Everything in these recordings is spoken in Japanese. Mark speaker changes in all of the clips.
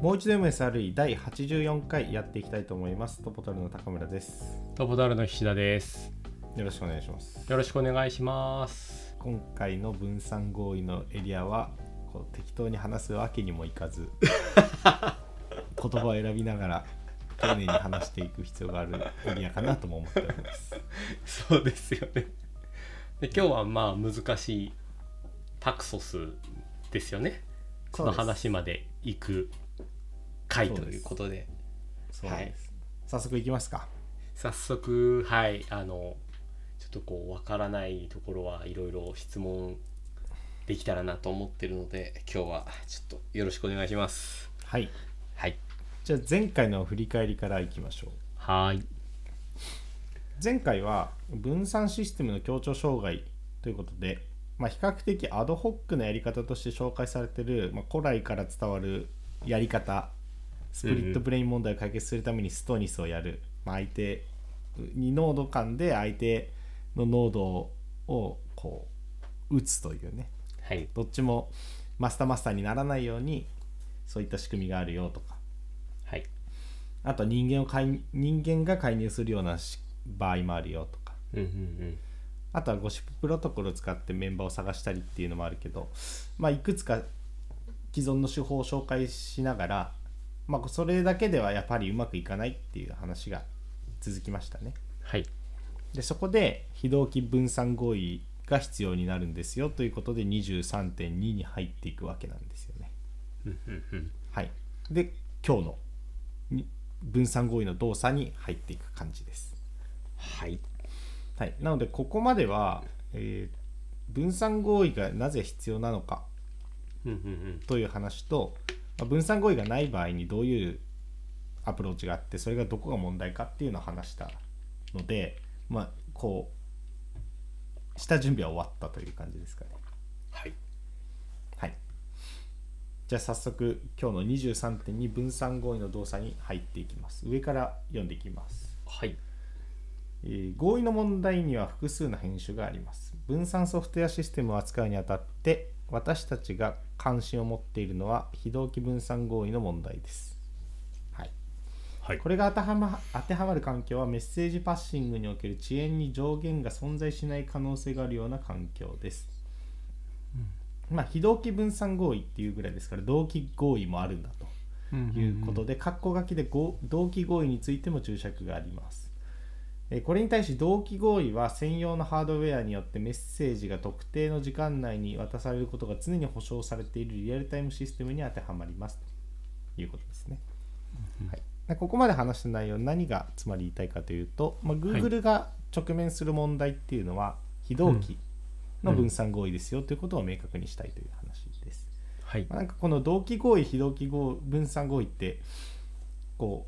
Speaker 1: もう一度 MSRE 第84回やっていきたいと思います。トポタルの高村です。
Speaker 2: トボダルの菱田です。
Speaker 1: よろしくお願いします。
Speaker 2: よろしくお願いします。
Speaker 1: 今回の分散合意のエリアはこう適当に話すわけにもいかず 言葉を選びながら丁寧に話していく必要があるエリアかなとも思っております。
Speaker 2: そうですよね。で今日はまあ難しいタクソスですよね。この話まで行く回ということで、
Speaker 1: そうです。そうです早速いきますか。
Speaker 2: 早速はいあのちょっとこうわからないところはいろいろ質問できたらなと思ってるので、今日はちょっとよろしくお願いします。
Speaker 1: はい。
Speaker 2: はい。
Speaker 1: じゃあ前回の振り返りからいきましょう。
Speaker 2: はーい。
Speaker 1: 前回は分散システムの協調障害ということで、まあ、比較的アドホックなやり方として紹介されてる、まあ、古来から伝わるやり方スプリットブレイン問題を解決するためにストニスをやる、まあ、相手に濃度間で相手の濃度をこう打つというね
Speaker 2: はい。
Speaker 1: どっちもマスターマスターにならないようにそういった仕組みがあるよとか
Speaker 2: はい。
Speaker 1: あと人間を介入人間が介入するようなし場合もあるよとか
Speaker 2: うんうん
Speaker 1: あとはゴシッププロトコルを使ってメンバーを探したりっていうのもあるけど、まあ、いくつか既存の手法を紹介しながら、まあ、それだけではやっぱりうまくいかないっていう話が続きましたね。
Speaker 2: うん。はい。
Speaker 1: でそこで非同期分散合意が必要になるんですよということで23.2に入っていくわけなんですよね。
Speaker 2: うんうんうん。
Speaker 1: はい、で今日のに分散合意の動作に入っていく感じです。
Speaker 2: はい。
Speaker 1: はい、なのでここまでは、えー分散合意がなぜ必要なのか
Speaker 2: うんうんうん。
Speaker 1: という話と、まあ分散合意がない場合にどういうアプローチがあってそれがどこが問題かっていうのを話したので、まあ、こう下準備は終わったという感じですかね。
Speaker 2: はい。
Speaker 1: はい、じゃあ早速今日の23.2分散合意の動作に入っていきます。上から読んでいきます。
Speaker 2: はい。
Speaker 1: えー合意の問題には複数の編集があります分散ソフトウェアシステムを扱うにあたって私たちが関心を持っているのは非同期分散合意の問題です、はい、
Speaker 2: はい。
Speaker 1: これが当ては、ま、当てはまる環境はメッセージパッシングにおける遅延に上限が存在しない可能性があるような環境です、まあ非同期分散合意っていうぐらいですから同期合意もあるんだとということで、括弧書きで合同期合意についても注釈があります。えーこれに対し同期合意は専用のハードウェアによってメッセージが特定の時間内に渡されることが常に保証されているリアルタイムシステムに当てはまりますということですね。はい、でここまで話した内容何がつまり言いたいかというと、まあ、Google が直面する問題っていうのは非同期の分散合意ですよということを明確にしたいという話です。
Speaker 2: はい。
Speaker 1: まあなんかこの同期合意非同期合分散合意ってこ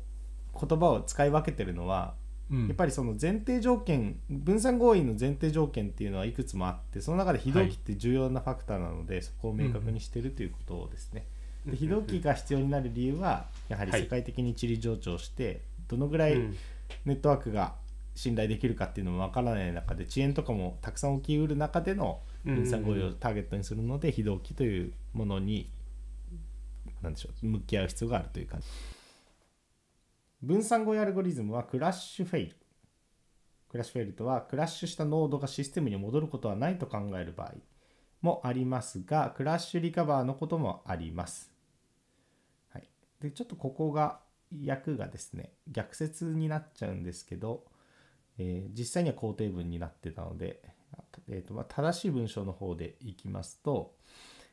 Speaker 1: う言葉を使い分けてるのは、
Speaker 2: うん
Speaker 1: やっぱりその前提条件分散合意の前提条件っていうのはいくつもあってその中で非同期って重要なファクターなので、そこを明確にしてるということですね。
Speaker 2: うん
Speaker 1: で非同期が必要になる理由はやはり
Speaker 2: はい
Speaker 1: 世界的に地理上長してどのぐらい
Speaker 2: うん
Speaker 1: ネットワークが信頼できるかっていうのもわからない中で遅延とかもたくさん起きうる中での
Speaker 2: うんうんうん
Speaker 1: 分散合意をターゲットにするので非同期というものに何でしょう向き合う必要があるという感じ分散合意アルゴリズムはクラッシュフェイルクラッシュフェイルとはクラッシュしたノードがシステムに戻ることはないと考える場合もありますがクラッシュリカバーのこともありますはい、でちょっとここが訳がですね逆説になっちゃうんですけど、えー実際には肯定文になってたので、あえーとまあ、正しい文章の方でいきますと、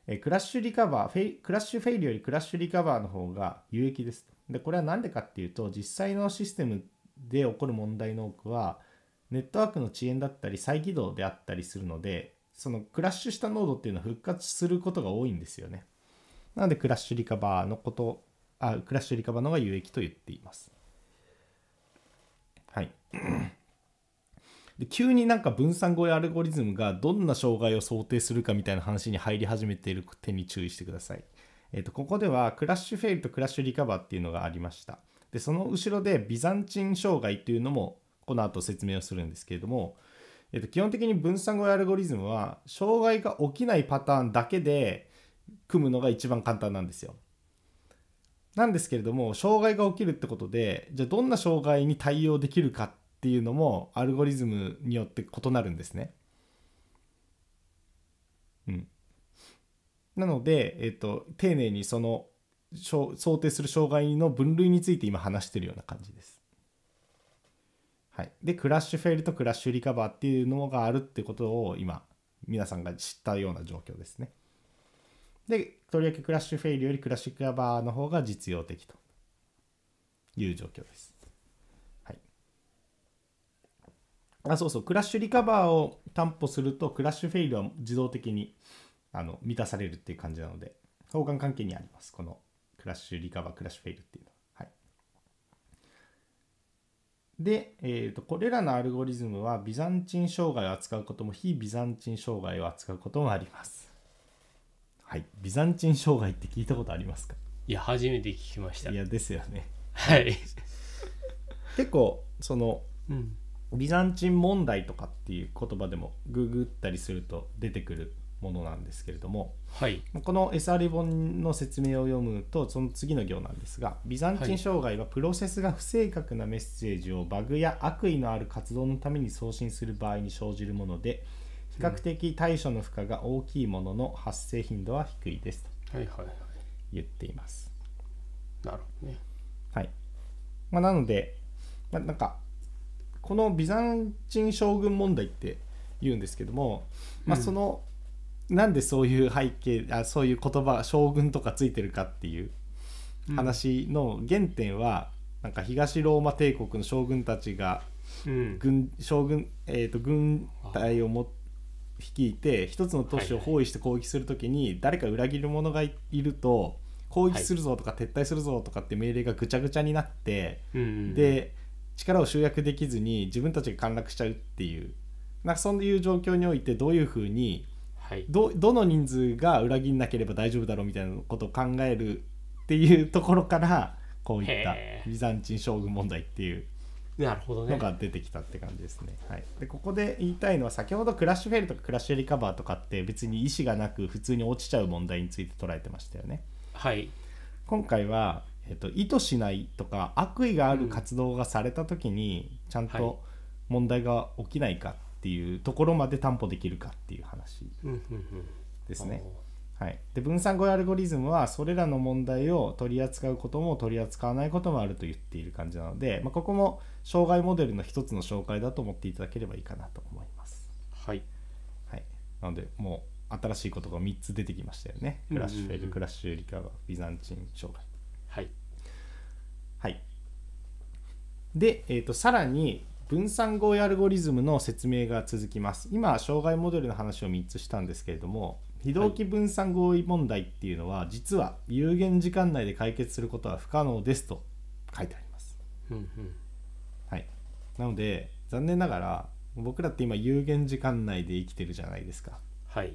Speaker 1: えークラッシュリカバーフェイクラッシュフェイルよりクラッシュリカバーの方が有益ですでこれは何でかっていうと実際のシステムで起こる問題の多くはネットワークの遅延だったり再起動であったりするのでそのクラッシュしたノードっていうのは復活することが多いんですよねなのでクラッシュリカバーのことあクラッシュリカバーの方が有益と言っていますはいで急になんか分散合意アルゴリズムがどんな障害を想定するかみたいな話に入り始めている点に注意してください。えっとここではクラッシュフェイルとクラッシュリカバーっていうのがありました。でその後ろでビザンチン障害っていうのもこの後説明をするんですけれども、えっと基本的に分散合意アルゴリズムは障害が起きないパターンだけで組むのが一番簡単なんですよ。なんですけれども障害が起きるってことでじゃあどんな障害に対応できるかっていうのもアルゴリズムによって異なるんですね。うん、なので、えっと丁寧にその想定する障害の分類について今話してるような感じです。はい、でクラッシュフェイルとクラッシュリカバーっていうのがあるってことを今皆さんが知ったような状況ですね。でとりわけクラッシュフェイルよりクラッシュリカバーの方が実用的という状況です。はい、あそうそうクラッシュリカバーを担保するとクラッシュフェイルは自動的にあの満たされるっていう感じなので相関関係にありますこのクラッシュリカバークラッシュフェイルっていうのは。はいで、えーと、とこれらのアルゴリズムはビザンチン障害を扱うことも非ビザンチン障害を扱うこともあります。はい、ビザンチン障害って聞いたことありますか
Speaker 2: いや初めて聞きました
Speaker 1: いやですよね
Speaker 2: はい
Speaker 1: 結構その、うん、ビザンチン問題とかっていう言葉でもググったりすると出てくるものなんですけれども、
Speaker 2: はい、
Speaker 1: この SR 本の説明を読むとその次の行なんですがビザンチン障害はプロセスが不正確なメッセージをバグや悪意のある活動のために送信する場合に生じるもので比較的対処の負荷が大きいものの発生頻度は低いですと言っています。
Speaker 2: なるほどね。
Speaker 1: はいまあ、なので、まあ、なんかこのビザンチン将軍問題って言うんですけども、まあ、その、うんなんでそういう背景あそういう言葉将軍とかついてるかっていう話の原点は、うん、なんか東ローマ帝国の将軍たちが軍、うん、将軍、えーと、と軍隊をも率いて一つの都市を包囲して攻撃する時に、誰か裏切る者がいると攻撃するぞとか撤退するぞとかって命令がぐちゃぐちゃになって、
Speaker 2: はい、
Speaker 1: で力を集約できずに自分たちが陥落しちゃうっていうなんかそういう状況においてどういうふうに
Speaker 2: はい
Speaker 1: ど、どの人数が裏切んなければ大丈夫だろうみたいなことを考えるっていうところからこういったビザンチン将軍問題っていうのが出てきたって感じですね。ねはい、でここで言いたいのは先ほどクラッシュフェルとかクラッシュリカバーとかって別に意思がなく普通に落ちちゃう問題について捉えてましたよね。
Speaker 2: はい、
Speaker 1: 今回は、えっと、意図しないとか悪意がある活動がされた時にちゃんと問題が起きないか、はいっていうところまで担保できるかっていう話ですね。はい、で分散語アルゴリズムはそれらの問題を取り扱うことも取り扱わないこともあると言っている感じなので、まあ、ここも障害モデルの一つの紹介だと思っていただければいいかなと思います。
Speaker 2: はい、
Speaker 1: はい、なのでもう新しいことが3つ出てきましたよね。クラッシュフェル、クラッシュリカバー、ビザンチン障害。
Speaker 2: はい、
Speaker 1: はい、で、えーと、とさらに分散合意アルゴリズムの説明が続きます今障害モデルの話を3つしたんですけれども非同期分散合意問題っていうのは、はい、実は有限時間内で解決することは不可能ですと書いてあります、
Speaker 2: うんうん、
Speaker 1: はいなので残念ながら僕らって今有限時間内で生きてるじゃないですか
Speaker 2: はい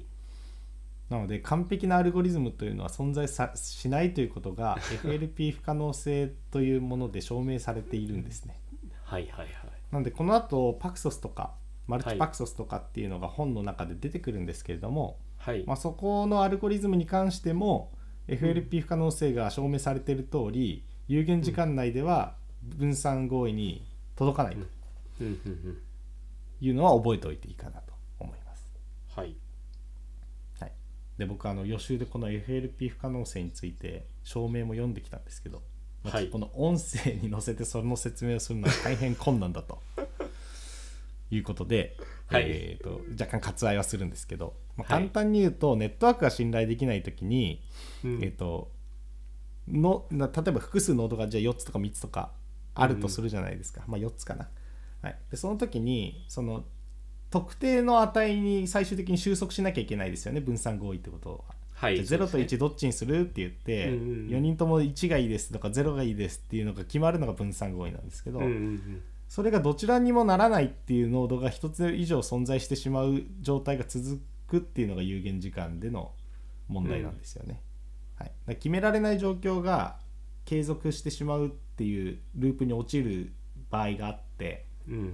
Speaker 1: なので完璧なアルゴリズムというのは存在さしないということ が FLP 不可能性というもので証明されているんですね
Speaker 2: はいはいはい
Speaker 1: なんでこの後パクソスとかマルチパクソスとかっていうのが本の中で出てくるんですけれども、
Speaker 2: はい
Speaker 1: まあ、そこのアルゴリズムに関しても FLP 不可能性が証明されている通り、うん、有限時間内では分散合意に届かないというのは覚えておいていいかなと思います。
Speaker 2: はい、
Speaker 1: はい、で僕あの予習でこの FLP 不可能性について証明も読んできたんですけど、はい、この音声に載せてその説明をするのは大変困難だ ということで、
Speaker 2: はい、
Speaker 1: えーと、と若干割愛はするんですけど、まあ、簡単に言うと、はい、ネットワークが信頼できない時に、うん、えーと、との例えば複数ノードがじゃあ4つとか3つとかあるとするじゃないですか、うん、まあ、4つかな。はい、でその時にその特定の値に最終的に収束しなきゃいけないですよね分散合意ってことは。
Speaker 2: はい、
Speaker 1: 0と1どっちにするって言って、ね、4人とも1がいいですとか0がいいですっていうのが決まるのが分散合意なんですけど、それがどちらにもならないっていう濃度が1つ以上存在してしまう状態が続くっていうのが有限時間での問題なんですよね。うん、はい、決められない状況が継続してしまうっていうループに陥る場合があって、
Speaker 2: うん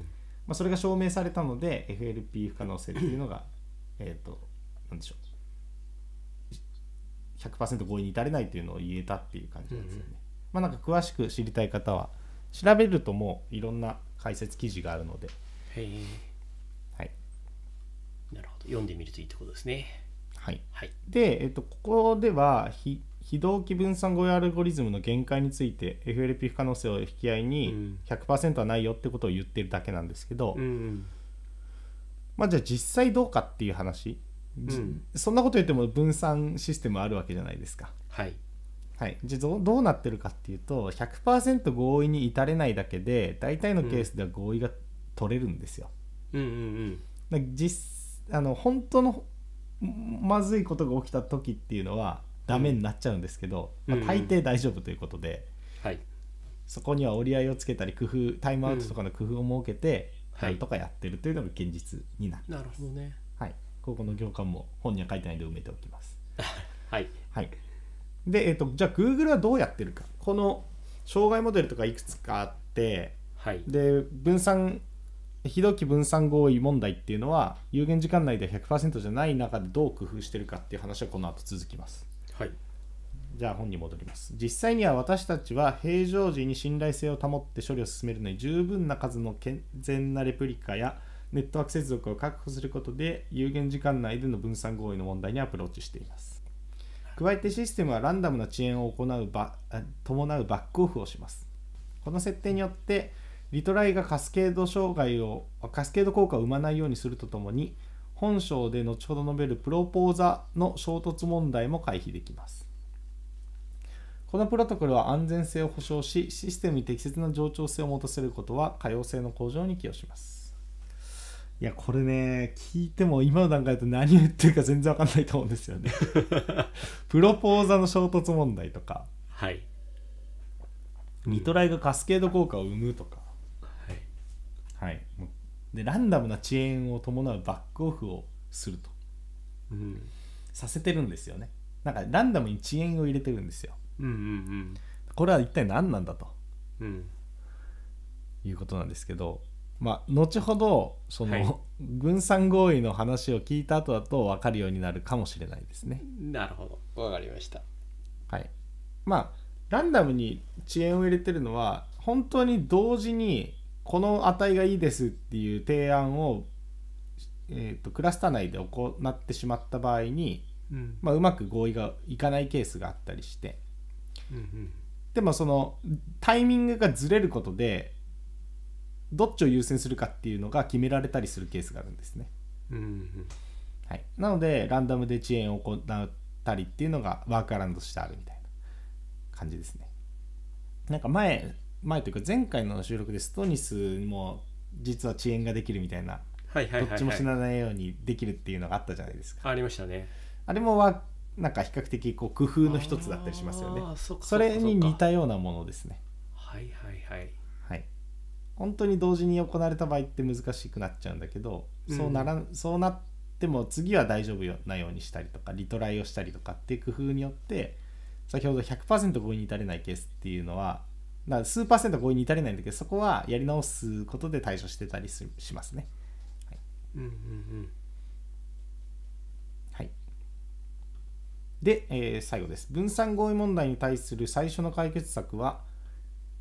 Speaker 1: まあ、それが証明されたので FLP 不可能性っていうのがえっと何でしょう100%合意に至れないというのを言えたっていう感じなんですよね。まあなんか詳しく知りたい方は調べるともういろんな解説記事があるので、
Speaker 2: へえ
Speaker 1: はい
Speaker 2: なるほど読んでみるといいってことですね
Speaker 1: はい、
Speaker 2: はい
Speaker 1: で、えっと、ここでは非非同期分散語彙アルゴリズムの限界について FLP 不可能性を引き合いうに
Speaker 2: ん
Speaker 1: 100%はないよってことを言ってるだけなんですけど、
Speaker 2: うん
Speaker 1: まあじゃあ実際どうかっていう話、じ
Speaker 2: うん
Speaker 1: そんなこと言っても分散システムあるわけじゃないですか。
Speaker 2: はい
Speaker 1: はい、じゃあどうどうなってるかっていうと100%合意に至れないだけで大体のケースでは合意が取れるんですよ。
Speaker 2: うんうん
Speaker 1: だから実あの本当のんまずいことが起きた時っていうのはダメになっちゃうんですけど、
Speaker 2: うん
Speaker 1: まあ、大抵大丈夫ということで、
Speaker 2: はい
Speaker 1: そこには折り合いをつけたり工夫タイムアウトとかの工夫を設けて、
Speaker 2: うんはい
Speaker 1: なんとかやってるというのが現実になる、
Speaker 2: なるほどね
Speaker 1: はい、ここの行間も本には書いてないので埋めておきます。
Speaker 2: はい
Speaker 1: はい、で、えっとじゃあ Google はどうやってるかこの障害モデルとかいくつかあって
Speaker 2: はい
Speaker 1: で分散非同期分散合意問題っていうのは有限時間内では100%じゃない中でどう工夫してるかっていう話はこの後続きます
Speaker 2: はい
Speaker 1: じゃあ本に戻ります実際には私たちは平常時に信頼性を保って処理を進めるのに十分な数の健全なレプリカやネットワーク接続を確保することで有限時間内での分散合意の問題にアプローチしています加えてシステムはランダムな遅延を行うばあ伴うバックオフをしますこの設定によってリトライがカスケード障害をカスケード効果を生まないようにするとともに本章で後ほど述べるプロポーザの衝突問題も回避できますこのプロトコルは安全性を保証しシステムに適切な冗長性を持たせることは可用性の向上に寄与しますいやこれね聞いても今の段階だと何言ってるか 全然わかんないと思うんですよねプロポーザの衝突問題とか
Speaker 2: はい
Speaker 1: リトライがカスケード効果を生むとか、
Speaker 2: はい
Speaker 1: はい、もうでランダムな遅延を伴うバックオフをすると
Speaker 2: うん
Speaker 1: させてるんですよねなんかランダムに遅延を入れてるんですよ
Speaker 2: うんうん
Speaker 1: これは一体何なんだと
Speaker 2: うんうん
Speaker 1: いうことなんですけどまあ後ほどその、
Speaker 2: はい
Speaker 1: 分散合意の話を聞いた後だと分かるようになるかもしれないですね
Speaker 2: なるほどわかりました
Speaker 1: はいまあランダムに遅延を入れてるのは本当に同時にこの値がいいですっていう提案を、えー、とクラスター内で行ってしまった場合に
Speaker 2: うん
Speaker 1: まあ、うまく合意がいかないケースがあったりして
Speaker 2: うんうん
Speaker 1: でもそのタイミングがずれることでどっちを優先するかっていうのが決められたりするケースがあるんですね、
Speaker 2: うんうん
Speaker 1: はい、なのでランダムで遅延を行ったりっていうのがワークアラウンドとしてあるみたいな感じですねなんか前前というか前回の収録でストニスも実は遅延ができるみたいな
Speaker 2: はいはいはい
Speaker 1: ど
Speaker 2: はい
Speaker 1: っちも死なないようにできるっていうのがあったじゃないですか
Speaker 2: ありましたね
Speaker 1: あれもはなんか比較的こう工夫の一つだったりしますよね
Speaker 2: あーそっか
Speaker 1: それに似
Speaker 2: そった
Speaker 1: ようなものですね。
Speaker 2: かはいはいはい
Speaker 1: はい。本当に同時に行われた場合って難しくなっちゃうんだけど、
Speaker 2: うん
Speaker 1: そうならんそうなっても次は大丈夫なようにしたりとかリトライをしたりとかっていう工夫によって先ほど100%合意に至れないケースっていうのはな数パーセント合意に至れないんだけどそこはやり直すことで対処してたりすしますね。
Speaker 2: うんうん
Speaker 1: はい、で、えー最後です分散合意問題に対する最初の解決策は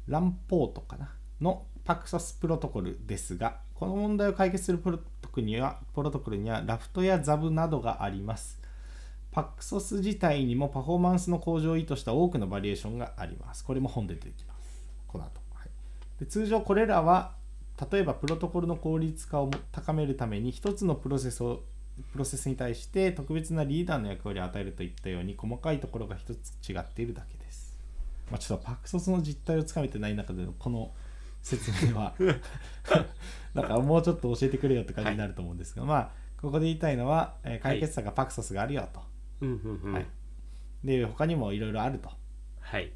Speaker 1: ランポートかなのパクサスプロトコルですがこの問題を解決するプロトコルにはプロトコルにはラフトやザブなどがありますパクソス自体にもパフォーマンスの向上を意図した多くのバリエーションがありますこれも本で出てきますこの後、はい、で通常これらは例えばプロトコルの効率化を高めるために一つのプロセスをプロセスに対して特別なリーダーの役割を与えるといったように細かいところが一つ違っているだけです、まあ、ちょっとパクソスの実態をつかめてない中でのこの説明はだからもうちょっと教えてくれよって感じになると思うんですが、まあここで言いたいのは、えー解決策がパクソスがあるよと、
Speaker 2: うんうんうんうん
Speaker 1: はいで他にもいろいろあると
Speaker 2: はい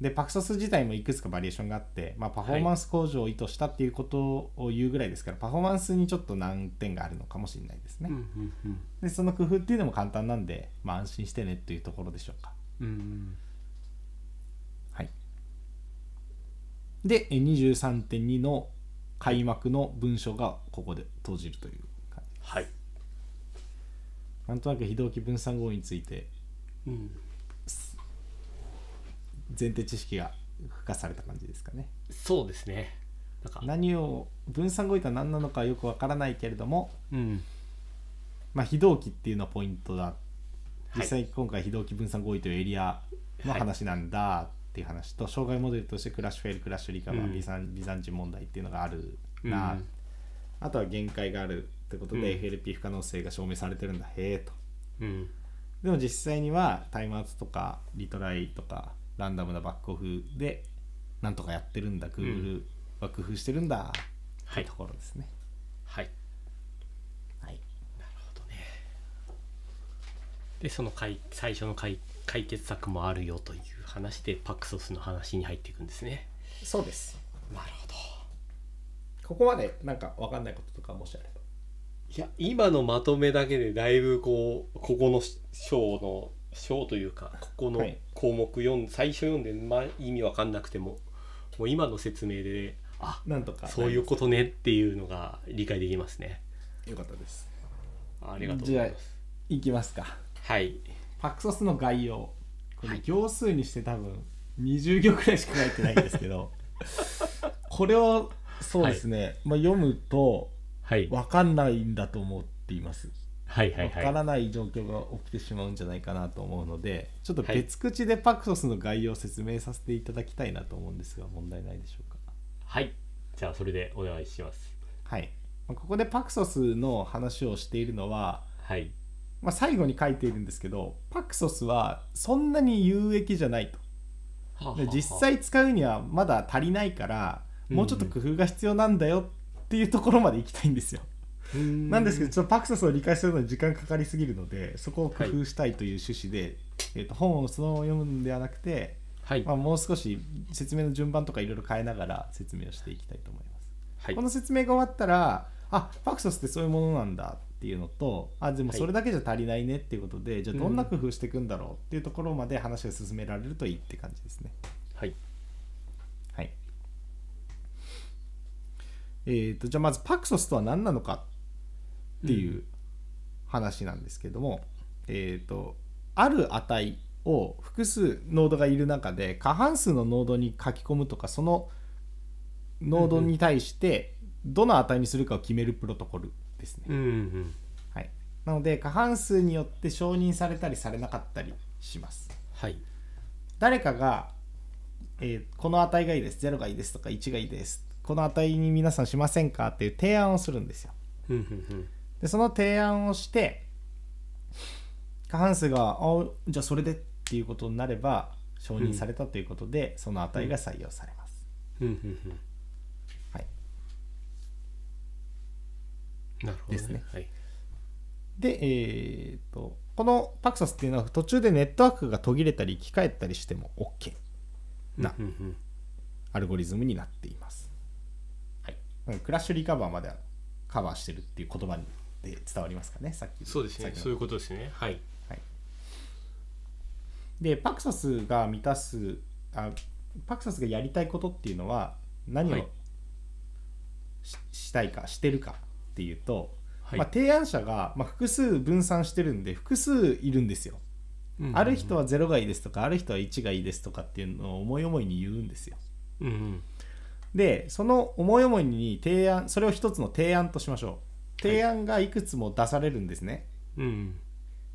Speaker 1: でパクソス自体もいくつかバリエーションがあって、まあ、パフォーマンス向上を意図したっていうことを言うぐらいですから、パフォーマンスにちょっと難点があるのかもしれないです
Speaker 2: う
Speaker 1: ね、
Speaker 2: んうんうん
Speaker 1: でその工夫っていうのも簡単なんで、まあ、安心してねというところでしょうか
Speaker 2: うん
Speaker 1: はいでえ23.2の開幕の文章がここで閉じるという感じ
Speaker 2: はい
Speaker 1: なんとなく非同期分散合意について
Speaker 2: うん
Speaker 1: 前提知識が付加された感じですかね
Speaker 2: そうですねなんか
Speaker 1: 何を分散語彙とは何なのかよくわからないけれども
Speaker 2: うん
Speaker 1: まあ非同期っていうのはポイントだ
Speaker 2: はい
Speaker 1: 実際今回非同期分散合意というエリアの
Speaker 2: はい
Speaker 1: 話なんだっていう話と、障害モデルとしてクラッシュフェイルクラッシュリカバ
Speaker 2: う
Speaker 1: ー
Speaker 2: ん
Speaker 1: ビザンビザンチン問題っていうのがあるな、
Speaker 2: うん
Speaker 1: あとは限界があるってことで
Speaker 2: うん
Speaker 1: FLP 不可能性が証明されてるんだ、へえと
Speaker 2: うん
Speaker 1: でも実際にはタイムアウトとかリトライとかランダムなバックオフでなんとかやってるんだ Google は工夫してるんだって
Speaker 2: はい
Speaker 1: ところですね、
Speaker 2: はい
Speaker 1: はい、
Speaker 2: なるほどねでその解最初の解解決策もあるよという話でパクソスの話に入っていくんですね
Speaker 1: そうです
Speaker 2: なるほど
Speaker 1: ここまでなんか分かんないこととかもしあれば
Speaker 2: いや今のまとめだけでだいぶこうここの章の章というかここの
Speaker 1: はい
Speaker 2: 項目読ん、最初読んで、まあ、意味わかんなくてももう今の説明であ
Speaker 1: なんとか
Speaker 2: そういうことねっていうのが理解できますね
Speaker 1: よかったです
Speaker 2: ありがとうございます
Speaker 1: いきますか
Speaker 2: はい
Speaker 1: パクソスの概要こ
Speaker 2: は
Speaker 1: れ
Speaker 2: い
Speaker 1: 行数にして多分20行くらいしか書いてないんですけ どこれをそうですね、まあ、読むと
Speaker 2: はい
Speaker 1: 分かんないんだと思っています
Speaker 2: はいはい
Speaker 1: 分
Speaker 2: は
Speaker 1: か
Speaker 2: い
Speaker 1: らない状況が起きてしまうんじゃないかなと思うのでちょっと別口でパクソスの概要を説明させていただきたいなと思うんですが問題ないでしょうか
Speaker 2: はいじゃあそれでお願いします
Speaker 1: はいまあここでパクソスの話をしているのは
Speaker 2: はい
Speaker 1: まあ、最後に書いているんですけどパクソスはそんなに有益じゃないとで実際使うにはまだ足りないから
Speaker 2: うん
Speaker 1: もうちょっと工夫が必要なんだよっていうところまで行きたいんですよ、な
Speaker 2: なん
Speaker 1: ですけどちょっとパクソスを理解するのに時間かかりすぎるのでそこを工夫したいという趣旨で、えー、と本をそのまま読むんではなくて、
Speaker 2: はい
Speaker 1: まあ、もう少し説明の順番とかいろいろ変えながら説明をしていきたいと思います
Speaker 2: はい
Speaker 1: この説明が終わったらあパクソスってそういうものなんだっていうのとあでも
Speaker 2: はい
Speaker 1: それだけじゃ足りないねっていうことで、じゃあどんな
Speaker 2: うん
Speaker 1: 工夫していくんだろうっていうところまで話が進められるといいって感じですね。
Speaker 2: はい
Speaker 1: はいえー、とじゃあまずパクソスとは何なのかっていう話なんですけども、えー、とある値を複数ノードがいる中で過半数のノードに書き込むとかそのノードに対してどの値にするかを決めるプロトコルですね。
Speaker 2: うんうん
Speaker 1: はい、なので過半数によって承認されたりされなかったりします。
Speaker 2: はい
Speaker 1: 誰かが、えーこの値がいいです0がいいですとか1がいいですこの値に皆さんしませんかっていう提案をするんですよ
Speaker 2: うんうん
Speaker 1: でその提案をして過半数が「あじゃあそれで」っていうことになれば承認されたということで、その値が採用されます、
Speaker 2: うんうんうんうん
Speaker 1: はい、
Speaker 2: なるほど
Speaker 1: ですね
Speaker 2: はい
Speaker 1: でえー、とこのパクソスっていうのは途中でネットワークが途切れたり生き返ったりしても OK な
Speaker 2: うんうんうん
Speaker 1: アルゴリズムになっています
Speaker 2: はい
Speaker 1: クラッシュリカバーまではカバーしてるっていう言葉にで伝わりますかねさっき
Speaker 2: そうですね
Speaker 1: さっきの
Speaker 2: そういうことですねはい
Speaker 1: はい、でパクソスが満たすあパクソスがやりたいことっていうのは何をし,、
Speaker 2: はい
Speaker 1: したいかしてるかっていうと、
Speaker 2: はい
Speaker 1: まあ、提案者が、まあ、複数分散してるんで複数いるんですよ、ある人は0がいいですとかある人は1がいいですとかっていうのを思い思いに言うんですよ
Speaker 2: うんうん
Speaker 1: でその思い思いに提案それを一つの提案としましょう提案がいくつも出されるんですね、
Speaker 2: うん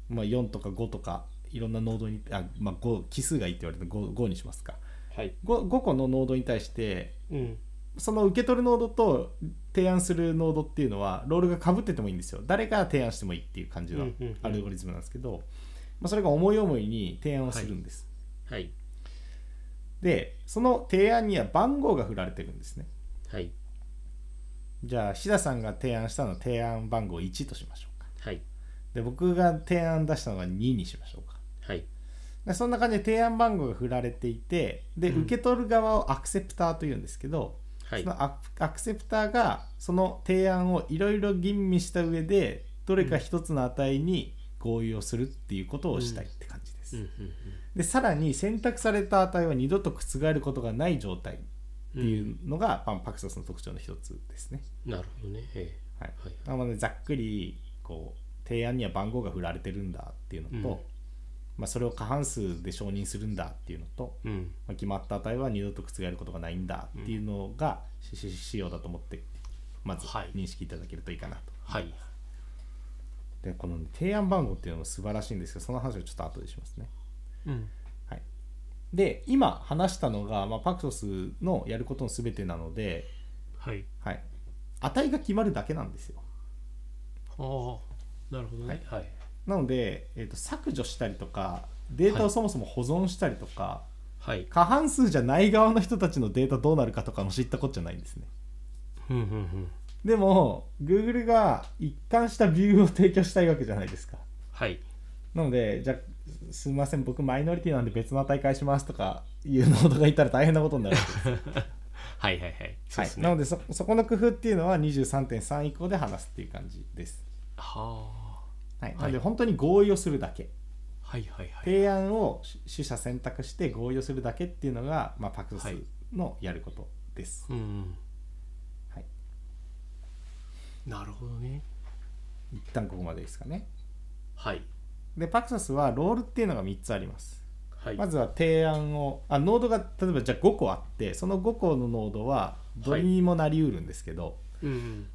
Speaker 1: まあ、4とか5とかいろんなノードにあ、まあ、5奇数がいいって言われて 5, 5にしますか
Speaker 2: はい、
Speaker 1: 5, 個のノードに対して
Speaker 2: うん、
Speaker 1: その受け取るノードと提案するノードっていうのはロールがかぶっててもいいんですよ誰が提案してもいいっていう感じ
Speaker 2: う
Speaker 1: の
Speaker 2: んうんうん
Speaker 1: アルゴリズムなんですけど、まあ、それが思い思いに提案をするんです、
Speaker 2: はい
Speaker 1: でその提案には番号が振られてるんですね
Speaker 2: はい
Speaker 1: じゃあ志田さんが提案したのは提案番号1としましょうか
Speaker 2: はい
Speaker 1: で僕が提案出したのが2にしましょうか
Speaker 2: はい
Speaker 1: でそんな感じで提案番号が振られていてで
Speaker 2: うん
Speaker 1: 受け取る側をアクセプターというんですけど、
Speaker 2: はい
Speaker 1: そのアクアクセプターがその提案をいろいろ吟味した上でどれか一つの値に合意をするっていうことをしたいって感じです、
Speaker 2: うんうん
Speaker 1: でさらに選択された値は二度と覆ることがない状態っていうのが、まあパクソスの特徴の一つですね、
Speaker 2: うんなるほどねえ
Speaker 1: はい
Speaker 2: はい
Speaker 1: なのでざっくりこう提案には番号が振られてるんだっていうのと、まあ、それを過半数で承認するんだっていうのと、
Speaker 2: うん
Speaker 1: まあ、決まった値は二度と覆ることがないんだっていうのがしし仕様だと思ってまず
Speaker 2: はい
Speaker 1: 認識いただけるといいかなと。
Speaker 2: はい
Speaker 1: でこのね、提案番号っていうのも素晴らしいんですけどその話をちょっと後でしますね。
Speaker 2: うん
Speaker 1: はい、で今話したのが、まあ、パクソスのやることの全てなので、
Speaker 2: はい
Speaker 1: はい、値が決まるだけなんですよ。
Speaker 2: ああなるほどねはい
Speaker 1: なので、えー、と削除したりとかデータ
Speaker 2: は
Speaker 1: を
Speaker 2: い
Speaker 1: そもそも保存したりとか、
Speaker 2: はい
Speaker 1: 過半数じゃない側の人たちのデータどうなるかとかも知ったこっちゃないんですね。
Speaker 2: うんうんうん
Speaker 1: でも Google が一貫したビューを提供したいわけじゃないですか。
Speaker 2: はい
Speaker 1: なのでじゃあすみません僕マイノリティなんで別の値返しますとかいうノードがいたら大変なことになるわけです。
Speaker 2: はいはいはいそうです
Speaker 1: はい、な
Speaker 2: ね
Speaker 1: のでそそこの工夫っていうのは23.3以降で話すっていう感じです。
Speaker 2: は
Speaker 1: はい、
Speaker 2: い
Speaker 1: なので本当に合意をするだけ。
Speaker 2: あはいはいはい
Speaker 1: 提案をし取捨選択して合意をするだけっていうのが、まあ、パクソス
Speaker 2: はい
Speaker 1: のやることです。
Speaker 2: うんうん
Speaker 1: はい、
Speaker 2: なるほどね
Speaker 1: 一旦ここまでですかね。
Speaker 2: はい
Speaker 1: でパクソスはロールっていうのが3つあります。
Speaker 2: はい
Speaker 1: まずは提案をあノードが例えばじゃあ5個あってその5個のノードはどれにもなりうるんですけど、
Speaker 2: うんうん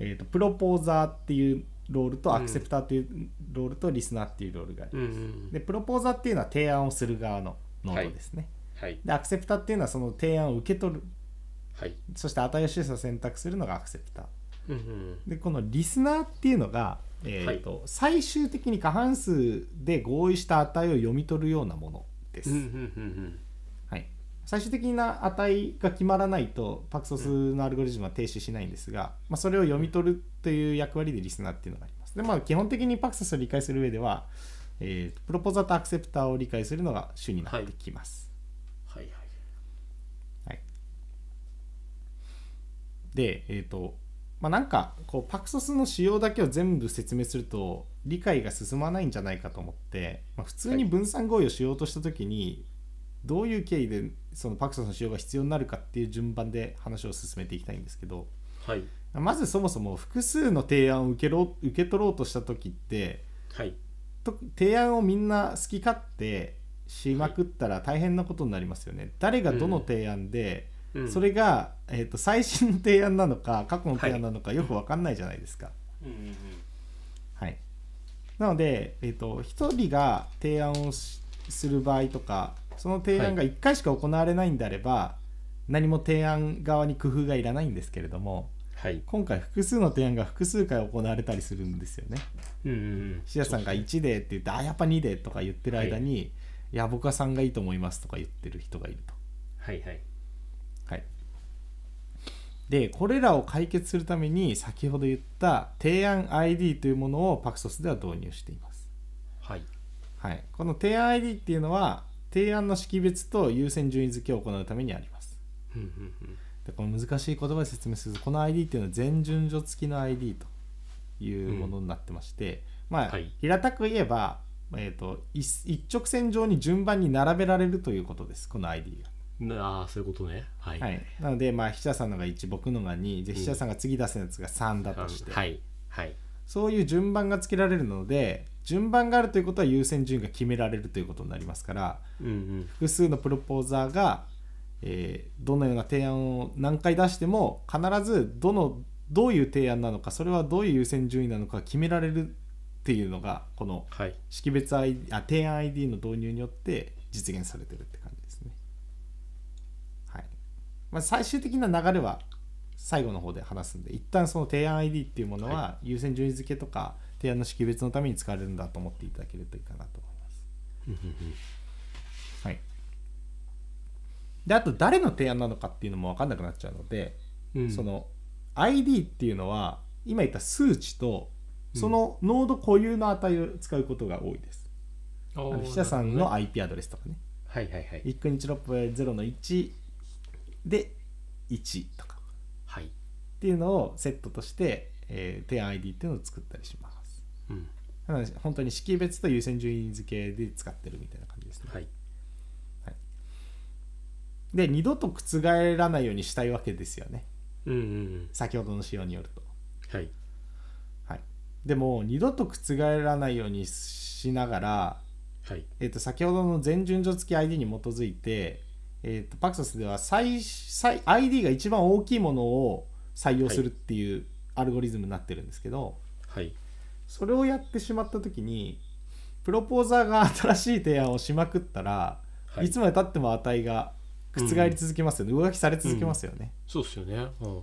Speaker 1: えー、とプロポーザーっていうロールと
Speaker 2: うん
Speaker 1: アクセプターっていうロールとリスナーっていうロールがあり
Speaker 2: うんう
Speaker 1: ます。
Speaker 2: ん
Speaker 1: でプロポーザーっていうのは提案をする側のノードですね。
Speaker 2: はい
Speaker 1: でアクセプターっていうのはその提案を受け取る
Speaker 2: はい
Speaker 1: そして値を取捨選択するのがアクセプター。
Speaker 2: うんうん
Speaker 1: でこのリスナーっていうのが、えーと最終的に過半数で合意した値を読み取るようなものです、
Speaker 2: うんうんうんうん
Speaker 1: はい、最終的な値が決まらないとパクソスのアルゴリズムは停止しないんですが、まあ、それを読み取るという役割でリスナーっていうのがありますで、まあ、基本的にパクソスを理解する上では、えープロポーザーとアクセプターを理解するのが主になってきます、
Speaker 2: はいはい
Speaker 1: はい、でえっ、とまあなんかこうパクソスの仕様だけを全部説明すると理解が進まないんじゃないかと思って、まあ、普通に分散合意をしようとした時に、どういう経緯でそのパクソスの仕様が必要になるかっていう順番で話を進めていきたいんですけど
Speaker 2: はい
Speaker 1: まずそもそも複数の提案を受けろ受け取ろうとした時って
Speaker 2: はい
Speaker 1: と提案をみんな好き勝手しまくったら大変なことになりますよね。誰がどの提案で、
Speaker 2: うん
Speaker 1: それが、えー、と最新の提案なのか過去の提案なのかよく分かんないじゃないですか。
Speaker 2: うんうんうん
Speaker 1: はい、なので、えー、と1人が提案をしする場合とかその提案が1回しか行われないんであれば、何も提案側に工夫がいらないんですけれども
Speaker 2: はい
Speaker 1: 今回複数の提案が複数回行われたりするんですよね。
Speaker 2: うんうんうん
Speaker 1: シアさんが1でって言って、あやっぱ2でとか言ってる間に、い、や僕は3がいいと思いますとか言ってる人がいると。
Speaker 2: はいはい
Speaker 1: はい、でこれらを解決するために先ほど言った提案 ID というものをパクソスでは導入しています。
Speaker 2: はい
Speaker 1: はい、この提案 ID っていうのは提案の識別と優先順位付けを行うためにあります。
Speaker 2: うんうんうん
Speaker 1: でこの難しい言葉で説明するとこの ID っていうのは全順序付きの ID というものになってまして、まあ、
Speaker 2: はい
Speaker 1: 平たく言えば、えー、と一一直線上に順番に並べられるということですこの ID
Speaker 2: ああそういうことねはい
Speaker 1: が、はい、なので、まあ、筆者さんのが1僕のが2で筆者さんが次出すやつが3だ
Speaker 2: あ
Speaker 1: と
Speaker 2: の
Speaker 1: して、
Speaker 2: はいはい
Speaker 1: そういう順番がつけられるので順番があるということは優先順位が決められるということになりますから
Speaker 2: うんうん
Speaker 1: 複数のプロポーザーが、えーどのような提案を何回出しても必ずどのどういう提案なのかそれはどういう優先順位なのか決められるっていうのがこの
Speaker 2: はい
Speaker 1: 識別 ID あ提案 ID の導入によって実現されてるって感じですね。はいまあ、最終的な流れは最後の方で話すんで一旦その提案 ID っていうものは優先順位付けとか提案の識別のために使われるんだと思っていただけるといいかなと思います。
Speaker 2: うんうんうん
Speaker 1: はい、であと誰の提案なのかっていうのも分かんなくなっちゃうので、
Speaker 2: うん
Speaker 1: その ID っていうのは今言った数値とそのノード固有の値を使うことが多いです。
Speaker 2: あ
Speaker 1: あの
Speaker 2: ー
Speaker 1: 筆者さん
Speaker 2: なる
Speaker 1: の
Speaker 2: ほどね
Speaker 1: IP アドレスとかね
Speaker 2: はいはいはい
Speaker 1: 1区日6 0の1で1とか
Speaker 2: はい
Speaker 1: っていうのをセットとして、えー提案 ID っていうのを作ったりします。
Speaker 2: うん
Speaker 1: なので本当に識別と優先順位付けで使ってるみたいな感じですね。
Speaker 2: はい
Speaker 1: で二度と覆らないようにしたいわけですよね
Speaker 2: うんうんうん
Speaker 1: 先ほどの仕様によると。
Speaker 2: はい
Speaker 1: はい、でも二度と覆らないようにしながら
Speaker 2: はい
Speaker 1: えっと先ほどの全順序付き ID に基づいて、えっとパクソスでは最最 ID が一番大きいものを採用するっていうアルゴリズムになってるんですけど、
Speaker 2: はい
Speaker 1: それをやってしまった時にプロポーザーが新しい提案をしまくったら、、
Speaker 2: はいい
Speaker 1: つまでたっても値が覆り続けますよね、上書きされ続けますよね、
Speaker 2: そうっすよねうん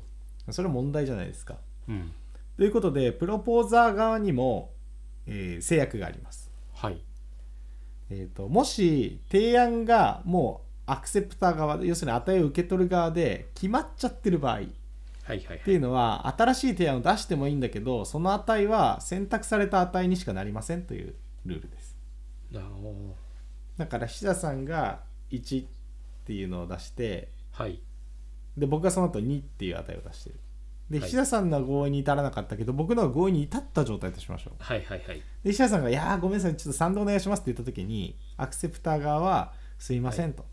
Speaker 1: それ問題じゃないですか
Speaker 2: うん
Speaker 1: ということでプロポーザー側にも、えー制約があります、
Speaker 2: はい
Speaker 1: えー、ともし提案がもうアクセプター側要するに値を受け取る側で決まっちゃってる場合っ
Speaker 2: はいはい
Speaker 1: て
Speaker 2: はいいう
Speaker 1: のは新しい提案を出してもいいんだけどその値は選択された値にしかなりませんというルールです
Speaker 2: なるほ
Speaker 1: だから菱田さんが1っていうのを出して
Speaker 2: どはい
Speaker 1: で僕がその後2っていう値を出してるで
Speaker 2: はい
Speaker 1: 菱田さんのは合意に至らなかったけど僕のは合意に至った状態としましょう
Speaker 2: はいはいはい
Speaker 1: で菱田さんが「いやーごめんなさいちょっと賛同お願いします」って言った時にアクセプター側は「すいません」と、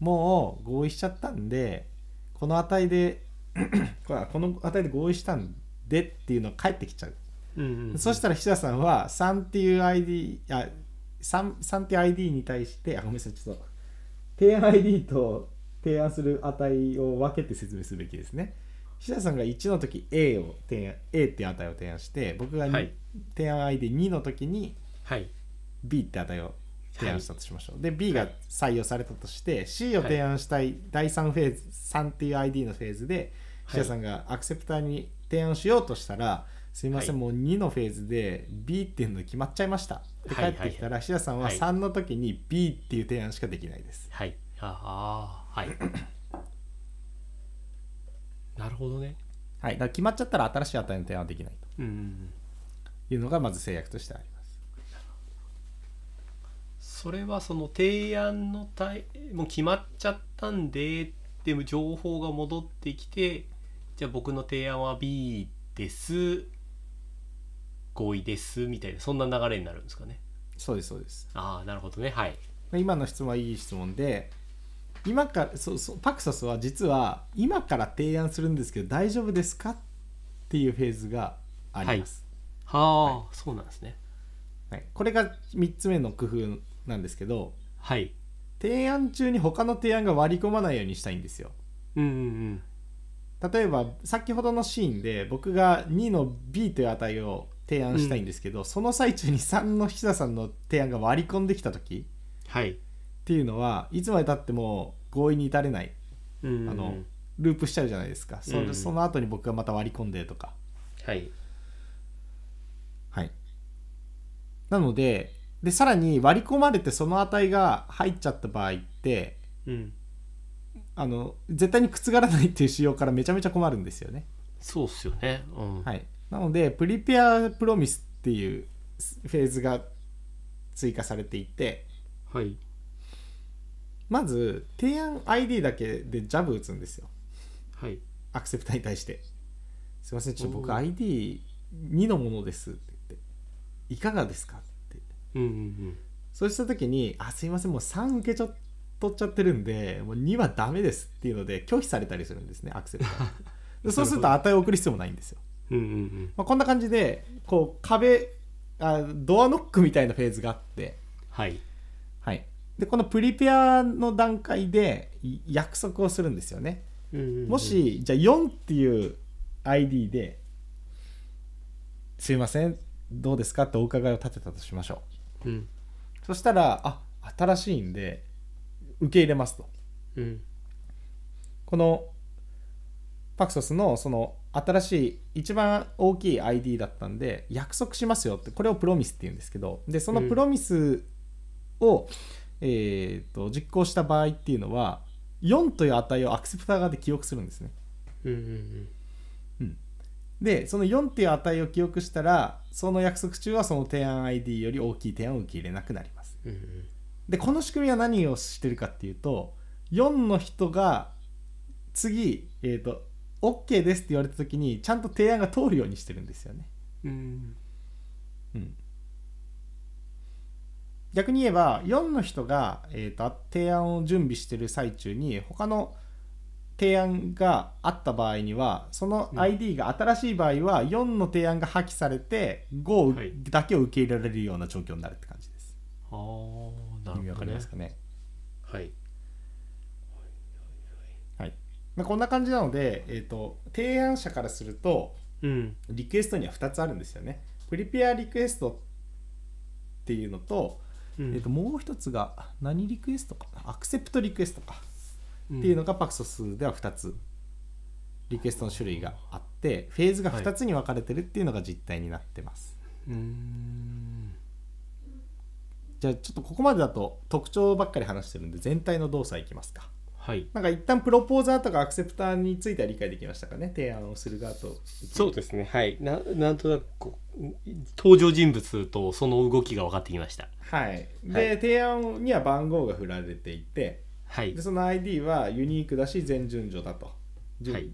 Speaker 1: もう合意しちゃったんでこの値で これはこの値で合意したんでっていうのが返ってきちゃう
Speaker 2: うんうんうん
Speaker 1: そしたら菱田さんは3っていう ID あ 3, 3っていう ID に対してあごめんなさいちょっと提案 ID と提案する値を分けて説明すべきですね菱田さんが1の時 A を提案 A っていう値を提案して僕がに、
Speaker 2: はい
Speaker 1: 提案 ID2 の時に
Speaker 2: はい
Speaker 1: B って値を提案したとしましょう、で B が採用されたとして C を提案したい第3フェーズ3っていう ID のフェーズで記者さんがアクセプターに提案しようとしたら、すいません、
Speaker 2: はい
Speaker 1: もう2のフェーズで B っていうの決まっちゃいましたで帰
Speaker 2: はい
Speaker 1: ってきたら記者さんは
Speaker 2: はい
Speaker 1: 3の時に B っていう提案しかできないです、
Speaker 2: はいあ あはいなるほどね
Speaker 1: はい、だから決まっちゃったら新しい値の提案はできない
Speaker 2: うんうんうん
Speaker 1: というのがまず制約としてあります
Speaker 2: それはその提案の対もう決まっちゃったんでっていう情報が戻ってきてじゃあ僕の提案は B です合意ですみたいなそんな流れになるんですかね
Speaker 1: そうですそうです
Speaker 2: ああなるほどねはい
Speaker 1: で今の質問はいい質問で今からそうそうパクソスは実は今から提案するんですけど大丈夫ですかっていうフェーズがあります、
Speaker 2: はあ、そうなんですね
Speaker 1: はいこれが3つ目の工夫なんですけど
Speaker 2: はい
Speaker 1: 提案中に他の提案が割り込まないようにしたいんですよ
Speaker 2: うんうん
Speaker 1: 例えば先ほどのシーンで僕が2の B という値を提案したいんですけど、その最中に3の菱田さんの提案が割り込んできた時
Speaker 2: はい
Speaker 1: っていうのはいつまでたっても合意に至れない
Speaker 2: うんうんうん
Speaker 1: あのループしちゃうじゃないですか、そ
Speaker 2: うん
Speaker 1: その後に僕がまた割り込んでとか
Speaker 2: はい
Speaker 1: はいなのででさらに割り込まれてその値が入っちゃった場合って
Speaker 2: うん
Speaker 1: あの絶対に覆らないっていう仕様からめちゃめちゃ困るんですよね
Speaker 2: そうっすよねうん
Speaker 1: はいなのでプリペアプロミスっていうフェーズが追加されていて
Speaker 2: はい
Speaker 1: まず提案 ID だけでジャブ打つんですよ
Speaker 2: はい
Speaker 1: アクセプターに対して「すいませんちょっと
Speaker 2: お
Speaker 1: 僕
Speaker 2: ー
Speaker 1: ID2 のものです」って言って「いかがですか?」って
Speaker 2: うんうんうん
Speaker 1: そうした時に「あすいませんもう3受けちょ取っちゃってるんでもう2はダメです」っていうので拒否されたりするんですねアクセプターでそうすると値を送る必要もないんですよ、
Speaker 2: うんうん
Speaker 1: まあ、こんな感じでこう壁あドアノックみたいなフェーズがあって
Speaker 2: はい
Speaker 1: はいでこのプリペアの段階でい約束をするんですよね
Speaker 2: うんうんうん
Speaker 1: もしじゃあ4っていう ID で「すいませんどうですか?」ってお伺いを立てたとしましょ
Speaker 2: うん
Speaker 1: うそしたら「あ新しいんで受け入れます」と
Speaker 2: うん
Speaker 1: このパクソスのその新しい一番大きい ID だったんで約束しますよってこれをプロミスって言うんですけどでその
Speaker 2: うん
Speaker 1: プロミスを、えー、と実行した場合っていうのは4という値をアクセプター側で記憶するんですね
Speaker 2: うんうんうん
Speaker 1: でその4っていう値を記憶したらその約束中はその提案 ID より大きい提案を受け入れなくなります
Speaker 2: うんうん
Speaker 1: でこの仕組みは何をしてるかっていうと4の人が次、えー、と OK ですって言われた時にちゃんと提案が通るようにしてるんですよね、
Speaker 2: うん
Speaker 1: うん、逆に言えば4の人が、えー、と提案を準備してる最中に他の提案があった場合にはその
Speaker 2: うん
Speaker 1: ID が新しい場合は4の提案が破棄されて
Speaker 2: はい
Speaker 1: 5だけを受け入れられるような状況になるって感じです。
Speaker 2: ああな
Speaker 1: 意味
Speaker 2: る
Speaker 1: わ
Speaker 2: ほ
Speaker 1: か
Speaker 2: ど
Speaker 1: り
Speaker 2: ね
Speaker 1: ますかね。
Speaker 2: はい
Speaker 1: まあこんな感じなので、えー、と提案者からすると
Speaker 2: うん
Speaker 1: リクエストには2つあるんですよね。プリペアリクエストっていうのと,、
Speaker 2: うん
Speaker 1: えー、ともう一つが何リクエストかなアクセプトリクエストかっていうのがパクソスでは2つリクエストの種類があってフェーズが2つに分かれてるっていうのが実態になってます。
Speaker 2: うんうん
Speaker 1: じゃあちょっとここまでだと特徴ばっかり話してるんで全体の動作いきますか。
Speaker 2: はい
Speaker 1: なんか一旦プロポーザーとかアクセプターについては理解できましたかね提案をする側と
Speaker 2: そうですねはいななんとなくこう登場人物とその動きが分かってきました
Speaker 1: はいで、
Speaker 2: はい
Speaker 1: 提案には番号が振られていて
Speaker 2: はい
Speaker 1: でその ID はユニークだし全順序だと、順
Speaker 2: はい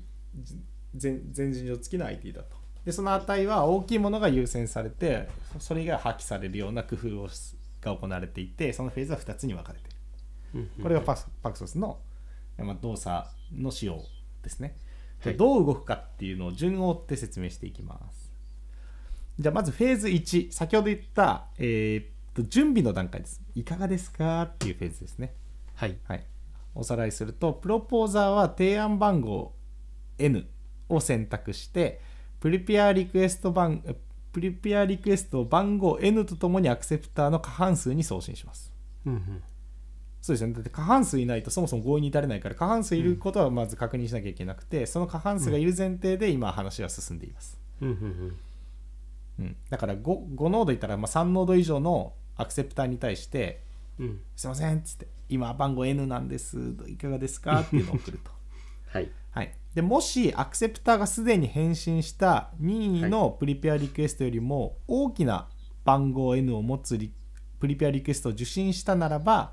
Speaker 1: 全全順序付きの ID だとでその値は大きいものが優先されてそそれが破棄されるような工夫をすが行われていてそのフェーズは2つに分かれているこれがパスパクソスの、まあ、動作の仕様ですね、
Speaker 2: はい
Speaker 1: でどう動くかっていうのを順を追って説明していきますじゃあまずフェーズ1先ほど言った、えーっと準備の段階ですいかがですかっていうフェーズですね
Speaker 2: はい
Speaker 1: はい、おさらいするとプロポーザーは提案番号 N を選択してプリペアリクエスト番プリペアリクエストを番号 N とともにアクセプターの過半数に送信します
Speaker 2: うんうん
Speaker 1: そうですよねだって過半数いないとそもそも合意に至れないから過半数いることはまず確認しなきゃいけなくて、その過半数がいる前提で今話は進んでいます、
Speaker 2: うんうん
Speaker 1: うん、だから 5, 5ノードいたらまあ3ノード以上のアクセプターに対して
Speaker 2: うんうん
Speaker 1: 「すいません」っつって「今番号 N なんですいかがですか?」っていうのを送ると。
Speaker 2: はい
Speaker 1: はい、でもしアクセプターがすでに返信した任意のプリペアリクエストよりも大きな番号 N を持つリプリペアリクエストを受信したならば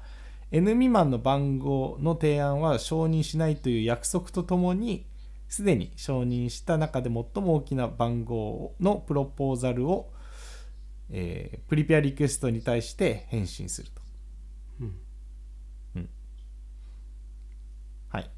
Speaker 1: N 未満の番号の提案は承認しないという約束とともにすでに承認した中で最も大きな番号のプロポーザルを、えープリペアリクエストに対して返信すると。
Speaker 2: うん
Speaker 1: はい、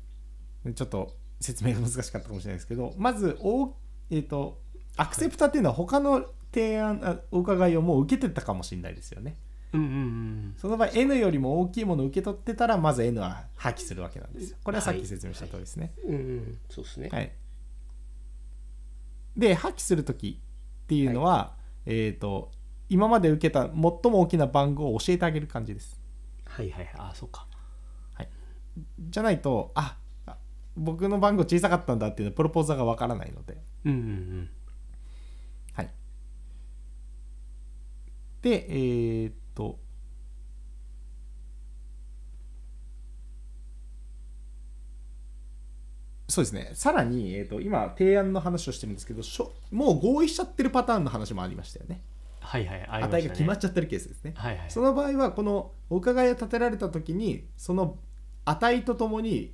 Speaker 1: でちょっと説明が難しかったかもしれないですけどまずお、えー、とアクセプターっていうのは他の提案、あお伺いをもう受けてたかもしれないですよね
Speaker 2: うんうん
Speaker 1: その場合 N よりも大きいものを受け取ってたらまず N は破棄するわけなんですよこれはさっき説明した通りですね、
Speaker 2: うんうんうんそうですね
Speaker 1: はいで破棄する時っていうのは、えっ、と今まで受けた最も大きな番号を教えてあげる感じです
Speaker 2: はいはいはいあそうか
Speaker 1: じゃないとああ僕の番号小さかったんだっていうのはプロポーザーがわからないので
Speaker 2: うんうん
Speaker 1: はい。で、えーっと。そうですね。さらに、えーっと今、提案の話をしてるんですけど、しょもう合意しちゃってるパターンの話もありましたよね。
Speaker 2: はいはいありま
Speaker 1: 値
Speaker 2: し
Speaker 1: が
Speaker 2: た
Speaker 1: 決まっ
Speaker 2: ね
Speaker 1: ちゃってるケースですね。
Speaker 2: はいはい
Speaker 1: その場合は、このお伺いを立てられたときに、その値とともに、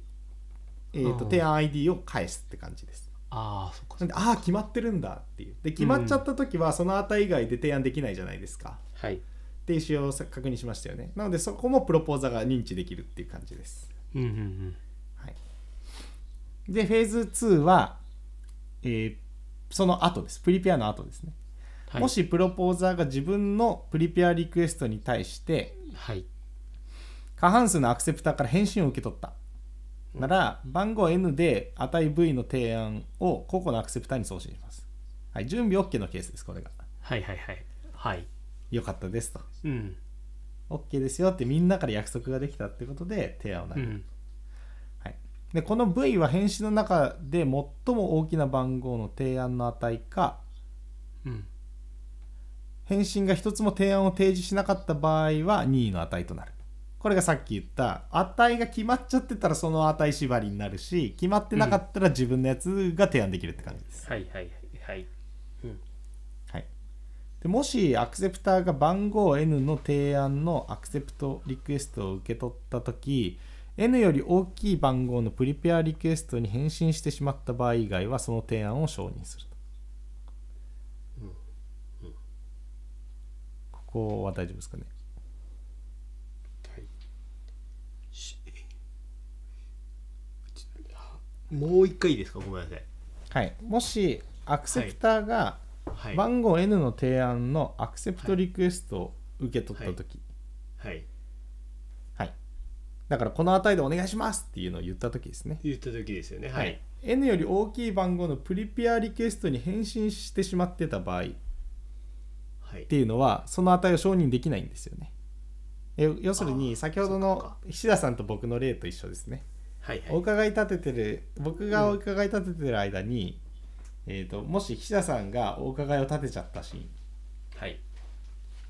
Speaker 1: えーっと
Speaker 2: うん
Speaker 1: 提案 ID を返すって感じです。
Speaker 2: ああそっか
Speaker 1: なんでああ決まってるんだっていうで決まっちゃった時はその値以外で提案できないじゃないですか、
Speaker 2: はい
Speaker 1: っていう仕様をさ確認しましたよねなのでそこもプロポーザーが認知できるっていう感じです、
Speaker 2: うんうんうん
Speaker 1: はい、でフェーズ2は、えーその後ですプリペアの後ですね、
Speaker 2: はい
Speaker 1: もしプロポーザーが自分のプリペアリクエストに対して
Speaker 2: はい
Speaker 1: 過半数のアクセプターから返信を受け取ったなら、番号 N で値 V の提案を個々のアクセプターに送信します、はい、準備 OK のケースですこれが
Speaker 2: はいはいはいはい
Speaker 1: 良かったですと
Speaker 2: うん、
Speaker 1: OK ですよってみんなから約束ができたってことで提案を投
Speaker 2: う
Speaker 1: げる、
Speaker 2: ん、
Speaker 1: はい、でこの V は返信の中で最も大きな番号の提案の値か
Speaker 2: うん、
Speaker 1: 返信が一つも提案を提示しなかった場合は任意の値となるこれがさっき言った値が決まっちゃってたらその値縛りになるし決まってなかったら自分のやつが提案できるって感じです、
Speaker 2: はいはいはいうん
Speaker 1: はい、でもしアクセプターが番号 N の提案のアクセプトリクエストを受け取った時 N より大きい番号のプリペアリクエストに返信してしまった場合以外はその提案を承認すると、ここは大丈夫ですかね
Speaker 2: はいしちもう一回いいですかごめんなさい
Speaker 1: はいもしアクセプターが
Speaker 2: はいは
Speaker 1: 番号 N の提案のアクセプトリクエストを受け取った時、
Speaker 2: い
Speaker 1: だからこの値でお願いしますっていうのを言った時ですね
Speaker 2: 言った時ですよね
Speaker 1: は
Speaker 2: はいい、
Speaker 1: N より大きい番号のプリペアリクエストに返信してしまってた場合っ
Speaker 2: はい
Speaker 1: ていうのはその値を承認できないんですよねえ要するに
Speaker 2: あー
Speaker 1: 先ほど
Speaker 2: そっ
Speaker 1: の
Speaker 2: か
Speaker 1: 菱田さんと僕の例と一緒ですね
Speaker 2: はい
Speaker 1: お
Speaker 2: はい
Speaker 1: 伺い立ててる僕がお伺い立ててる間に、えー、ともし菱田さんがお伺いを立てちゃったシーン
Speaker 2: はい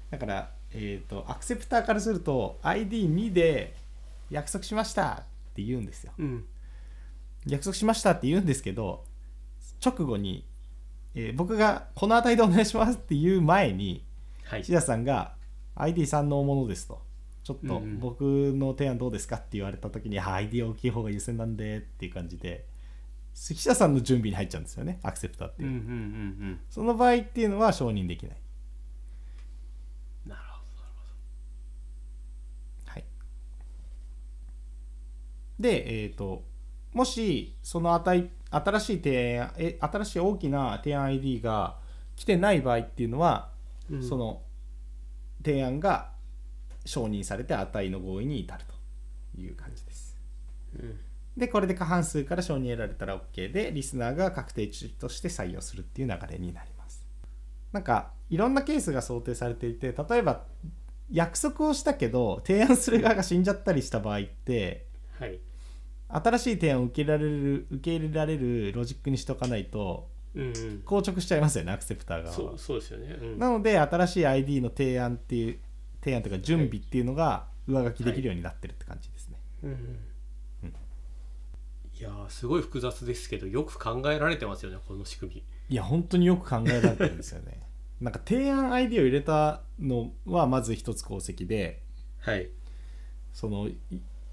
Speaker 1: だから、えー、とアクセプターからすると ID2 で約束しましたって言うんですよ
Speaker 2: うん
Speaker 1: 約束しましたって言うんですけど直後に、えー僕がこの値でお願いしますって言う前に
Speaker 2: はい
Speaker 1: 菱田さんが ID3 のものですとちょっと
Speaker 2: うんうん
Speaker 1: 僕の提案どうですかって言われた時に、あ ID 大きい方が優先なんでっていう感じで菱田さんの準備に入っちゃうんですよねアクセプターって
Speaker 2: う
Speaker 1: い
Speaker 2: ん
Speaker 1: う、
Speaker 2: うんうん
Speaker 1: その場合っていうのは承認できない、
Speaker 2: うんなるほどなるほ
Speaker 1: はい、でえっ、ともしその値新しい提案え新しい大きな提案 ID が来てない場合っていうのは、
Speaker 2: ど、うん
Speaker 1: その提案が承認されて値の合意に至るという感じです。
Speaker 2: うん
Speaker 1: でこれで過半数から承認得られたら OK でリスナーが確定値として採用するっていう流れになります。なんかいろんなケースが想定されていて例えば約束をしたけど提案する側が死んじゃったりした場合って
Speaker 2: はい
Speaker 1: 新しい提案を受けられる受け入れられるロジックにしとかないと
Speaker 2: うんうん
Speaker 1: 硬直しちゃいますよねアクセプター側は。
Speaker 2: そうそうですよねうん
Speaker 1: なので新しい ID の提案っていう提案というか準備っていうのが上書きできるようになってるって感じですね。
Speaker 2: うん
Speaker 1: うん
Speaker 2: いやーすごい複雑ですけどよく考えられてますよねこの仕組み
Speaker 1: い、や本当によく考えられてるんですよ ね。なんか提案 ID を入れたのはまず一つ功績で
Speaker 2: はい
Speaker 1: そのい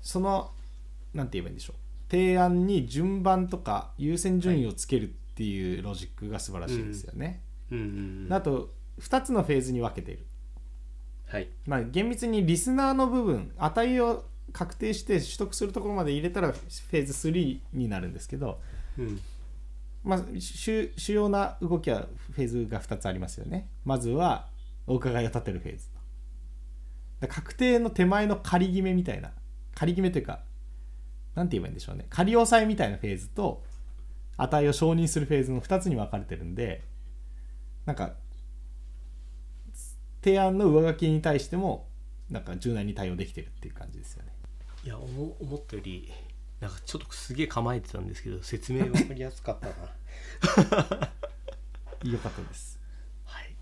Speaker 1: そのなんて言えばいいんでしょう提案に順番とか優先順位をつけるっていうロジックが素晴らしいですよね。
Speaker 2: うんうんうん
Speaker 1: あと2つのフェーズに分けている。
Speaker 2: はい
Speaker 1: まあ、厳密にリスナーの部分値を確定して取得するところまで入れたらフェーズ3になるんですけど、
Speaker 2: うん
Speaker 1: まあ、主主要な動きはフェーズが2つありますよねまずはお伺いを立てるフェーズだ確定の手前の仮決めみたいな仮決めというかなんて言えばいいんでしょうね仮押さえみたいなフェーズと値を承認するフェーズの2つに分かれてるんでなんか提案の上書きに対してもなんか柔軟に対応できてるっていう感じですよね。
Speaker 2: いや思思ったよりなんかちょっとすげえ構えてたんですけど説明分かりやすか ったな
Speaker 1: よかったです。
Speaker 2: はい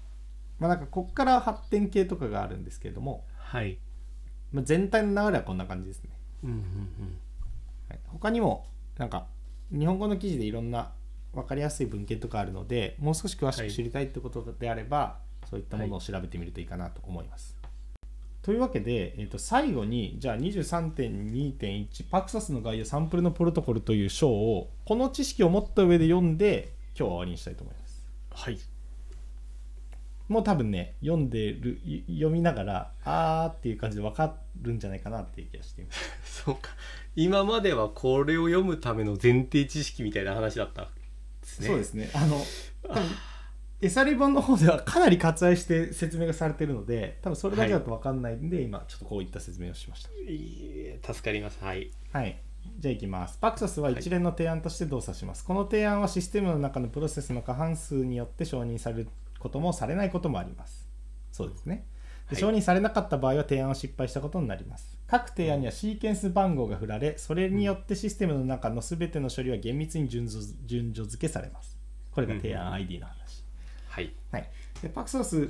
Speaker 1: まあなんかこっから発展系とかがあるんですけれども、
Speaker 2: はい
Speaker 1: まあ、全体の流れはこんな感じですね。
Speaker 2: うんうんうん
Speaker 1: はい、他にもなんか日本語の記事でいろんな分かりやすい文献とかあるのでもう少し詳しく知りたいってことであれば、そういったものを調べてみるといいかなと思います。というわけで、えー、と最後にじゃあ23.2.1パクサスの概要サンプルのプロトコルという章をこの知識を持った上で読んで今日は終わりにしたいと思います。
Speaker 2: はい
Speaker 1: もう多分ね読んでるい読みながらあーっていう感じで分かるんじゃないかなっていう気がしています。
Speaker 2: そうか今まではこれを読むための前提知識みたいな話だったんですね
Speaker 1: そうですね。あの、多分エサリ本の方ではかなり割愛して説明がされてるので、多分それだけだと分かんないんで、今ちょっとこういった説明をしました。
Speaker 2: いえ助かりますはい
Speaker 1: はい。じゃあいきます。パクサスは一連の提案として動作します。この提案はシステムの中のプロセスの過半数によって承認されることもされないこともあります。そうですね。で
Speaker 2: はい
Speaker 1: 承認されなかった場合は提案は失敗したことになります。各提案にはシーケンス番号が振られ、それによってシステムの中の全ての処理は厳密に順序順序付けされます。これが提案 ID の話。
Speaker 2: はい
Speaker 1: はい、でパクソス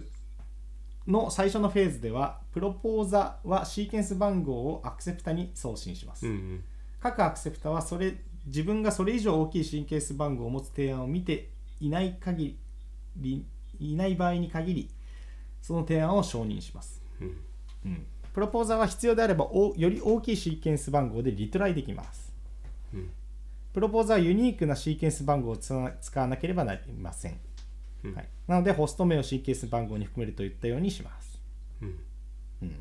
Speaker 1: の最初のフェーズではプロポーザはシーケンス番号をアクセプタに送信します、
Speaker 2: うんうん
Speaker 1: 各アクセプタはそれ自分がそれ以上大きいシーケンス番号を持つ提案を見ていない限りいない場合に限りその提案を承認します、
Speaker 2: うん
Speaker 1: うん、プロポーザは必要であればおより大きいシーケンス番号でリトライできます
Speaker 2: うん
Speaker 1: プロポーザはユニークなシーケンス番号をつな使わなければなりません
Speaker 2: うん
Speaker 1: はい、なのでホスト名をシーケンス番号に含めるといったようにします、
Speaker 2: うん
Speaker 1: うん、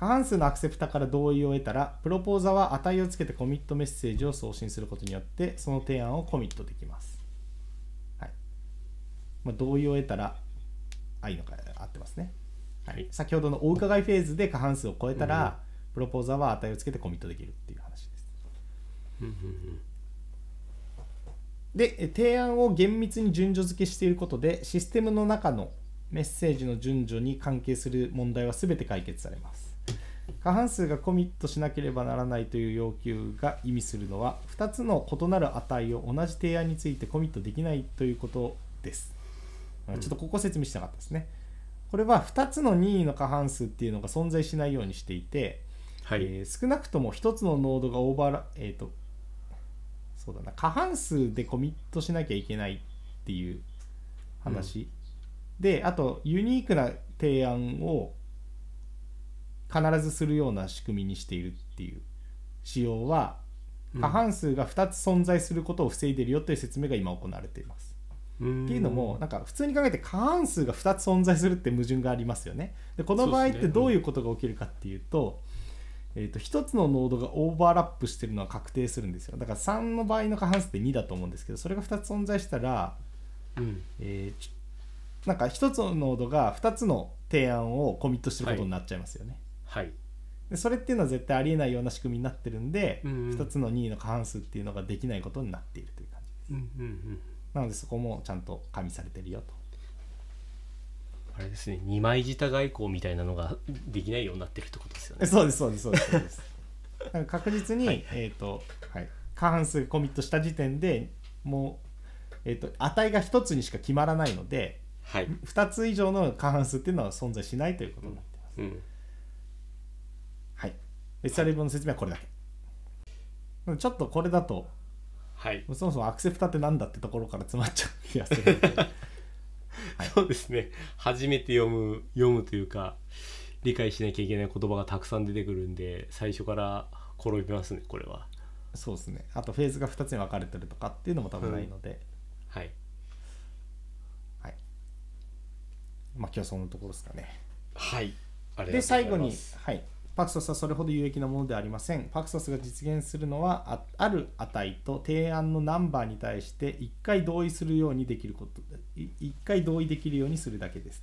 Speaker 1: 過半数のアクセプタから同意を得たらプロポーザは値をつけてコミットメッセージを送信することによってその提案をコミットできます、はいまあ、同意を得たらあいいのか合ってますね、はい
Speaker 2: はい
Speaker 1: 先ほどのお伺いフェーズで過半数を超えたら、プロポーザーは値をつけてコミットできるっていう話です
Speaker 2: うんうん
Speaker 1: でえ提案を厳密に順序付けしていることでシステムの中のメッセージの順序に関係する問題は全て解決されます過半数がコミットしなければならないという要求が意味するのは2つの異なる値を同じ提案についてコミットできないということですあちょっとここ説明しなかったですねこれは2つの任意の過半数っていうのが存在しないようにしていて、
Speaker 2: はい、
Speaker 1: えー少なくとも1つのノードがオーバーラえっ、とそうだな過半数でコミットしなきゃいけないっていう話、であとユニークな提案を必ずするような仕組みにしているっていう仕様は
Speaker 2: うん
Speaker 1: 過半数が2つ存在することを防いでるよという説明が今行われています。
Speaker 2: っ
Speaker 1: っていうのもなんか普通に考えて過半数が2つ存在するって矛盾がありますよね。でこの場合っ
Speaker 2: そ
Speaker 1: て
Speaker 2: うですね
Speaker 1: どういうことが起きるかっていうと,、えー、と1つのノードがオーバーラップしてるのは確定するんですよだから3の場合の過半数って2だと思うんですけどそれが2つ存在したら、
Speaker 2: うん
Speaker 1: えーちょなんか1つのノードが2つの提案をコミットしてることになっちゃいますよね。
Speaker 2: はい
Speaker 1: でそれっていうのは絶対ありえないような仕組みになってるんで、
Speaker 2: うんうん
Speaker 1: 2つの2の過半数っていうのができないことになっているという感じです。
Speaker 2: うんうんうん
Speaker 1: なのでそこもちゃんと加味されてるよと。
Speaker 2: あれですね二枚舌外交みたいなのができないようになってるってことですよ
Speaker 1: え
Speaker 2: ね
Speaker 1: そうですそうですそうですそうですなんか確実に、
Speaker 2: はい
Speaker 1: えっ、と、はい、過半数コミットした時点でもう、えー、と値が1つにしか決まらないので
Speaker 2: はい、
Speaker 1: 2つ以上の過半数っていうのは存在しないということになってます、
Speaker 2: うん、
Speaker 1: はいでスタリブの説明はこれだけうんちょっとこれだと
Speaker 2: はい、
Speaker 1: そもそもアクセプタってなんだってところから詰まっちゃう気がす るので
Speaker 2: そうですね初めて読む読むというか理解しなきゃいけない言葉がたくさん出てくるんで最初から転びますねこれは
Speaker 1: そうですねあとフェーズが2つに分かれてるとかっていうのも多分ないので、
Speaker 2: はい
Speaker 1: はいまあ今日はそんなところですかね
Speaker 2: はいありがとうございま
Speaker 1: です最後に、はい、パクソスはそれほど有益なものではありませんパクソスが実現するのはあある値と提案のナンバーに対して1回同意するようにできること1回同意できるようにするだけです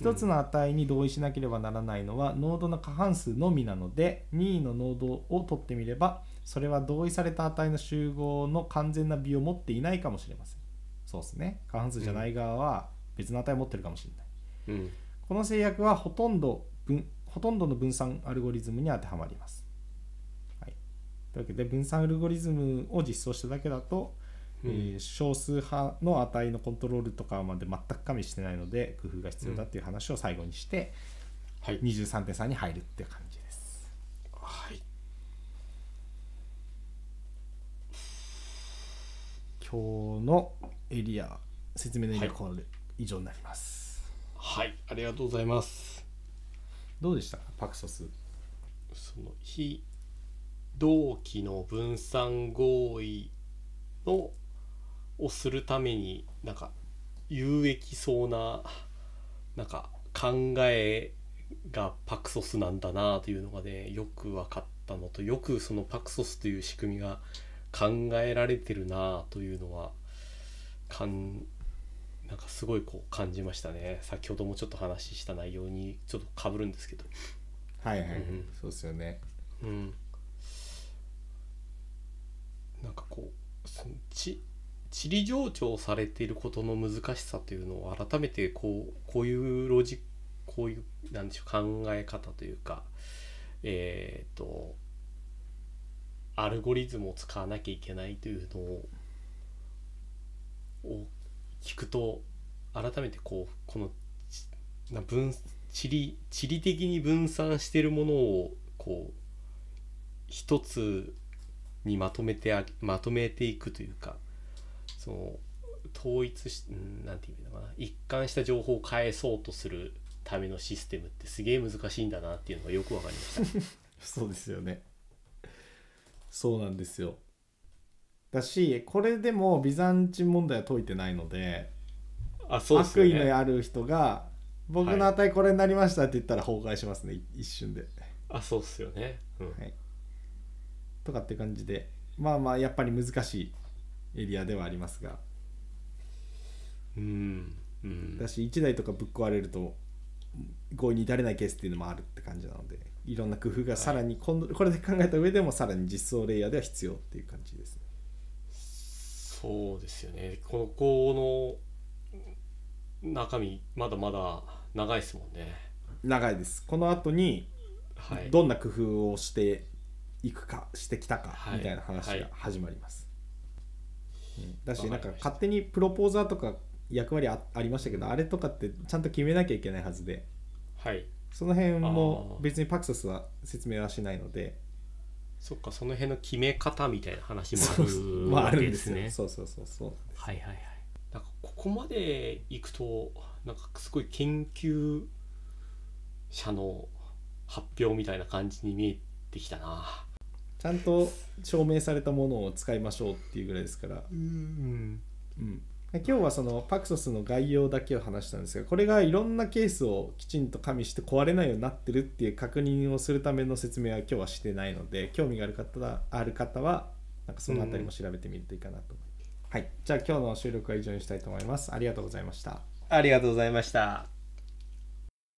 Speaker 1: と1つの値に同意しなければならないのは、ノードの過半数のみなので任意のノードを取ってみればそれは同意された値の集合の完全な美を持っていないかもしれませんそうですね過半数じゃない側は別の値を持ってるかもしれない
Speaker 2: うん
Speaker 1: この制約はほとんど分ほとんどの分散アルゴリズムに当てはまります。はい、というわけで分散アルゴリズムを実装しただけだと、
Speaker 2: うん
Speaker 1: えー少数派の値のコントロールとかまで全く加味してないので工夫が必要だっていう話を最後にして、
Speaker 2: はい、
Speaker 1: 23.3に入るっていう感じです。
Speaker 2: はい、
Speaker 1: 今日のエリア説明のエリアはこれ以上になります。
Speaker 2: はい、ありがとうございます
Speaker 1: どうでしたかパクソス。
Speaker 2: その非同期の分散合意のをするためになんか有益そうななんか考えがパクソスなんだなというのがねよく分かったのとよくそのパクソスという仕組みが考えられてるなというのはかんなんかすごいこう感じましたね先ほどもちょっと話した内容にちょっとかぶるんですけど。
Speaker 1: はいはい、はい
Speaker 2: うん
Speaker 1: そうですよね。
Speaker 2: うん、なんかこうそのち地理情緒されていることの難しさというのを改めてこうこういうロジこういうなんでしょう考え方というかえっ、とアルゴリズムを使わなきゃいけないというのをを聞くと改めてこうこのちな分地理地理的に分散しているものをこう一つにまとめてあまとめていくというかその統一しうんなんていうのかな一貫した情報を返そうとするためのシステムってすげえ難しいんだなっていうのがよくわかりました。
Speaker 1: そうですよね。そうなんですよ。だしこれでもビザンチン問題は解いてないので
Speaker 2: あそうですよ
Speaker 1: 悪意の
Speaker 2: ね。
Speaker 1: ある人が「僕の値これになりました」って言ったら崩壊しますね、い一瞬で、
Speaker 2: あそうっすよね。うん
Speaker 1: はい。とかって感じでまあまあやっぱり難しいエリアではありますが
Speaker 2: うんうん
Speaker 1: だし1台とかぶっ壊れると合意に至れないケースっていうのもあるって感じなのでいろんな工夫がさらに今度これで考えた上でもさらに実装レイヤーでは必要っていう感じですね。
Speaker 2: そうですよねここの中身まだまだ長いですもんね
Speaker 1: 長いですこの後に
Speaker 2: はい
Speaker 1: どんな工夫をしていくか、してきたか
Speaker 2: はい
Speaker 1: みたいな話が始まります、うんだし
Speaker 2: わ
Speaker 1: な
Speaker 2: か
Speaker 1: んか
Speaker 2: りました
Speaker 1: 勝手にプロポーザーとか役割あありましたけど、あれとかってちゃんと決めなきゃいけないはずで
Speaker 2: はい
Speaker 1: その辺も
Speaker 2: あー
Speaker 1: 別にパクサスは説明はしないので
Speaker 2: そっかその辺の決め方みたいな話も
Speaker 1: そうそう まあ
Speaker 2: あ
Speaker 1: あ
Speaker 2: る
Speaker 1: る
Speaker 2: わ
Speaker 1: ん
Speaker 2: けで
Speaker 1: ですす
Speaker 2: ね
Speaker 1: よそうそうそうそう
Speaker 2: はいはいはいなんかここまで行くとなんかすごい研究者の発表みたいな感じに見えてきたな
Speaker 1: ちゃんと証明されたものを使いましょうっていうぐらいですから、
Speaker 2: うん
Speaker 1: うん、今日はそのパクソスの概要だけを話したんですがこれがいろんなケースをきちんと加味して壊れないようになってるっていう確認をするための説明は今日はしてないので興味がある方はある方はなんかそのあたりも調べてみるといいかなと思います、はいじゃあ今日の収録は以上にしたいと思いますありがとうございました
Speaker 2: ありがとうございました